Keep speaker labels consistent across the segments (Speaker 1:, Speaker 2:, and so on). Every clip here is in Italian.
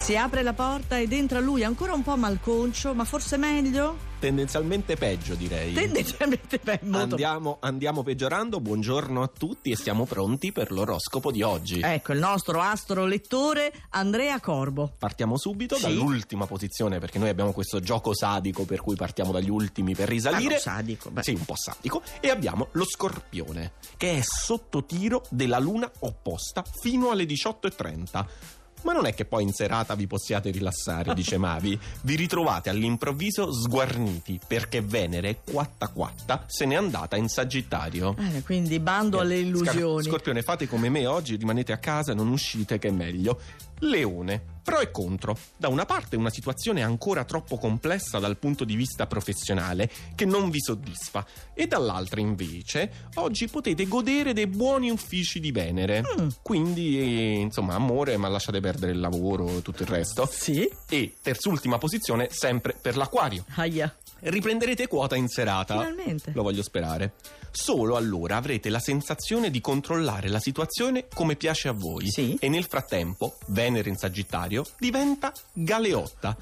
Speaker 1: Si apre la porta ed entra lui, ancora un po' malconcio, ma forse meglio?
Speaker 2: Tendenzialmente peggio, direi.
Speaker 1: Tendenzialmente beh, molto.
Speaker 2: Andiamo, andiamo peggiorando, buongiorno a tutti e siamo pronti per l'oroscopo di oggi.
Speaker 1: Ecco, il nostro astro lettore Andrea Corbo.
Speaker 2: Partiamo subito
Speaker 1: Sì.
Speaker 2: dall'ultima posizione perché noi abbiamo questo gioco sadico per cui partiamo dagli ultimi per risalire.
Speaker 1: Ah, no, sadico, beh.
Speaker 2: Sì, un po' sadico. E abbiamo lo scorpione che è sotto tiro della luna opposta fino alle 18.30. Ma non è che poi in serata vi possiate rilassare, dice Mavi. Vi ritrovate all'improvviso sguarniti perché Venere, quatta quatta, se n'è andata in Sagittario.
Speaker 1: Eh, quindi bando alle
Speaker 2: Scar-
Speaker 1: illusioni.
Speaker 2: Scorpione, fate come me oggi, rimanete a casa, non uscite, che è meglio. Leone, pro e contro. Da una parte una situazione ancora troppo complessa dal punto di vista professionale, che non vi soddisfa, e dall'altra invece, oggi potete godere dei buoni uffici di Venere.
Speaker 1: Mm.
Speaker 2: Quindi, eh, insomma, amore, ma lasciate perdere il lavoro e tutto il resto.
Speaker 1: Sì?
Speaker 2: E terz'ultima posizione, sempre per l'acquario.
Speaker 1: Aia,
Speaker 2: Riprenderete quota in serata.
Speaker 1: finalmente.
Speaker 2: Eh, Lo voglio sperare. Solo allora avrete la sensazione di controllare la situazione come piace a voi.
Speaker 1: Sì.
Speaker 2: E nel frattempo, Venere in Sagittario diventa galeotta,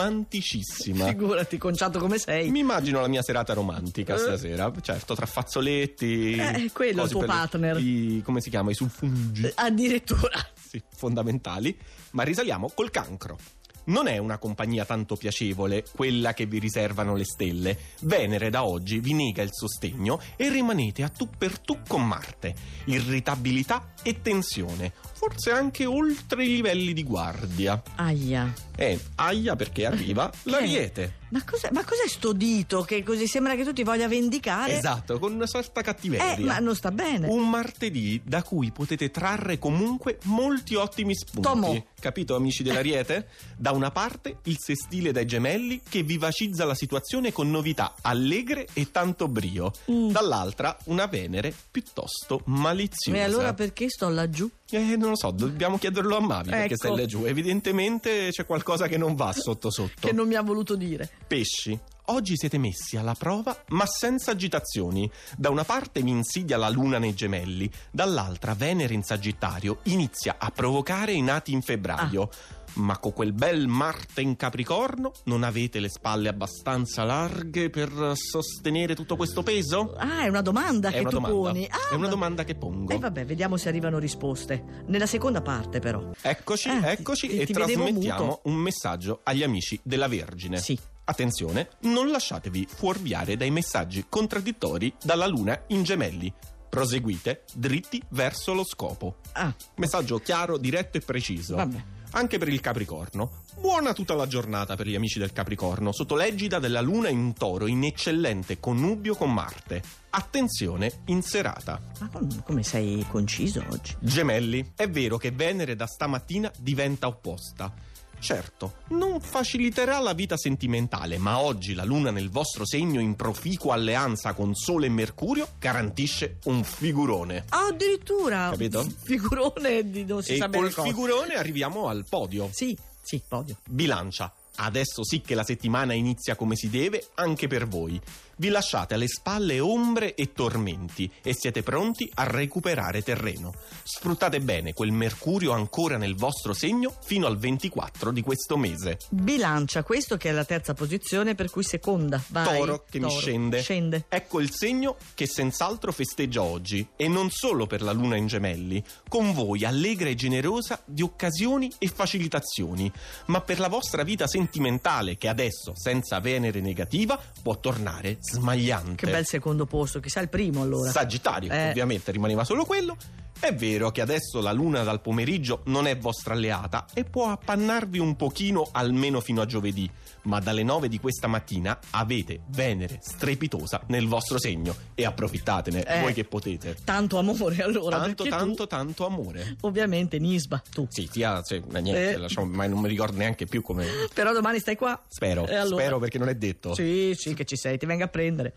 Speaker 2: romanticissima.
Speaker 1: Figurati, conciato come sei.
Speaker 2: Mi immagino la mia serata romantica
Speaker 1: Eh.
Speaker 2: stasera, certo, tra fazzoletti.
Speaker 1: Eh, quello è il
Speaker 2: cose
Speaker 1: tuo
Speaker 2: per le-
Speaker 1: partner.
Speaker 2: i- come si chiama? I sulfungi
Speaker 1: Eh, Addirittura.
Speaker 2: sì, fondamentali, ma risaliamo col cancro. Non è una compagnia tanto piacevole quella che vi riservano le stelle. Venere da oggi vi nega il sostegno e rimanete a tu per tu con Marte. Irritabilità e tensione, forse anche oltre i livelli di guardia.
Speaker 1: Aia.
Speaker 2: Eh, aia perché arriva
Speaker 1: Eh,
Speaker 2: l'ariete.
Speaker 1: Ma cos'è, ma cos'è sto dito che così sembra che tu ti voglia vendicare?
Speaker 2: Esatto, con una sorta cattiveria.
Speaker 1: Eh, ma non sta bene.
Speaker 2: Un martedì da cui potete trarre comunque molti ottimi spunti.
Speaker 1: Tomò.
Speaker 2: Capito, amici dell'Ariete? Da una parte il sestile dai gemelli che vivacizza la situazione con novità allegre e tanto brio.
Speaker 1: Mm.
Speaker 2: Dall'altra una Venere piuttosto maliziosa.
Speaker 1: E allora perché sto laggiù?
Speaker 2: Eh, non lo so, dobbiamo chiederlo a Mavi perché
Speaker 1: Ecco.
Speaker 2: stai laggiù. Evidentemente c'è qualcosa che non va sotto sotto.
Speaker 1: Che non mi ha voluto dire.
Speaker 2: Pesci, oggi siete messi alla prova ma senza agitazioni. Da una parte vi insidia la luna nei gemelli, dall'altra Venere in Sagittario inizia a provocare i nati in febbraio.
Speaker 1: Ah.
Speaker 2: Ma con quel bel Marte in Capricorno non avete le spalle abbastanza larghe per sostenere tutto questo peso?
Speaker 1: Ah, è una domanda
Speaker 2: È
Speaker 1: che
Speaker 2: una
Speaker 1: tu
Speaker 2: domanda.
Speaker 1: poni. Ah,
Speaker 2: È una
Speaker 1: va-
Speaker 2: domanda che pongo.
Speaker 1: E vabbè, vediamo se arrivano risposte. Nella seconda parte, però.
Speaker 2: Eccoci,
Speaker 1: Ah, ti-
Speaker 2: eccoci
Speaker 1: ti-
Speaker 2: e
Speaker 1: ti vedevo
Speaker 2: trasmettiamo
Speaker 1: muto.
Speaker 2: un messaggio agli amici della Vergine.
Speaker 1: Sì.
Speaker 2: Attenzione, non lasciatevi fuorviare dai messaggi contraddittori dalla Luna in gemelli. Proseguite dritti verso lo scopo.
Speaker 1: Ah,
Speaker 2: Messaggio chiaro, diretto e preciso.
Speaker 1: vabbè.
Speaker 2: Anche per il Capricorno. Buona tutta la giornata per gli amici del Capricorno, sotto l'egida della Luna in toro in eccellente connubio con Marte. Attenzione in serata.
Speaker 1: Ma com- come sei conciso oggi?
Speaker 2: Gemelli, è vero che Venere da stamattina diventa opposta. Certo, non faciliterà la vita sentimentale, ma oggi la Luna nel vostro segno in proficua alleanza con Sole e Mercurio garantisce un figurone.
Speaker 1: Ah, addirittura!
Speaker 2: Capito?
Speaker 1: Figurone di non si
Speaker 2: e
Speaker 1: sa bene
Speaker 2: col
Speaker 1: cosa.
Speaker 2: figurone arriviamo al podio.
Speaker 1: Sì, sì, podio.
Speaker 2: Bilancia. Adesso sì che la settimana inizia come si deve anche per voi. Vi lasciate alle spalle ombre e tormenti e siete pronti a recuperare terreno. Sfruttate bene quel mercurio ancora nel vostro segno fino al 24 di questo mese.
Speaker 1: Bilancia, questo che è la terza posizione, per cui seconda. Vai.
Speaker 2: Toro che mi scende.
Speaker 1: Scende.
Speaker 2: Ecco il segno che senz'altro festeggia oggi, e non solo per la luna in gemelli, con voi allegra e generosa di occasioni e facilitazioni, ma per la vostra vita sentimentale che adesso, senza Venere negativa, può tornare smagliante.
Speaker 1: Che bel secondo posto, chissà il primo allora.
Speaker 2: Sagittario,
Speaker 1: Eh.
Speaker 2: ovviamente rimaneva solo quello. È vero che adesso la luna dal pomeriggio non è vostra alleata e può appannarvi un pochino almeno fino a giovedì, ma dalle 9 di questa mattina avete Venere strepitosa nel vostro segno e approfittatene
Speaker 1: Eh.
Speaker 2: voi che potete.
Speaker 1: Tanto amore allora.
Speaker 2: tanto
Speaker 1: perché tu,
Speaker 2: tanto tanto amore.
Speaker 1: Ovviamente Nisba, tu.
Speaker 2: Sì, tia, cioè, ma niente,
Speaker 1: Eh.
Speaker 2: lasciamo- ma non mi ricordo neanche più come
Speaker 1: Però domani stai qua.
Speaker 2: spero,
Speaker 1: E Eh, allora?
Speaker 2: spero perché non è detto.
Speaker 1: Sì, sì, che ci sei, ti venga a prendere.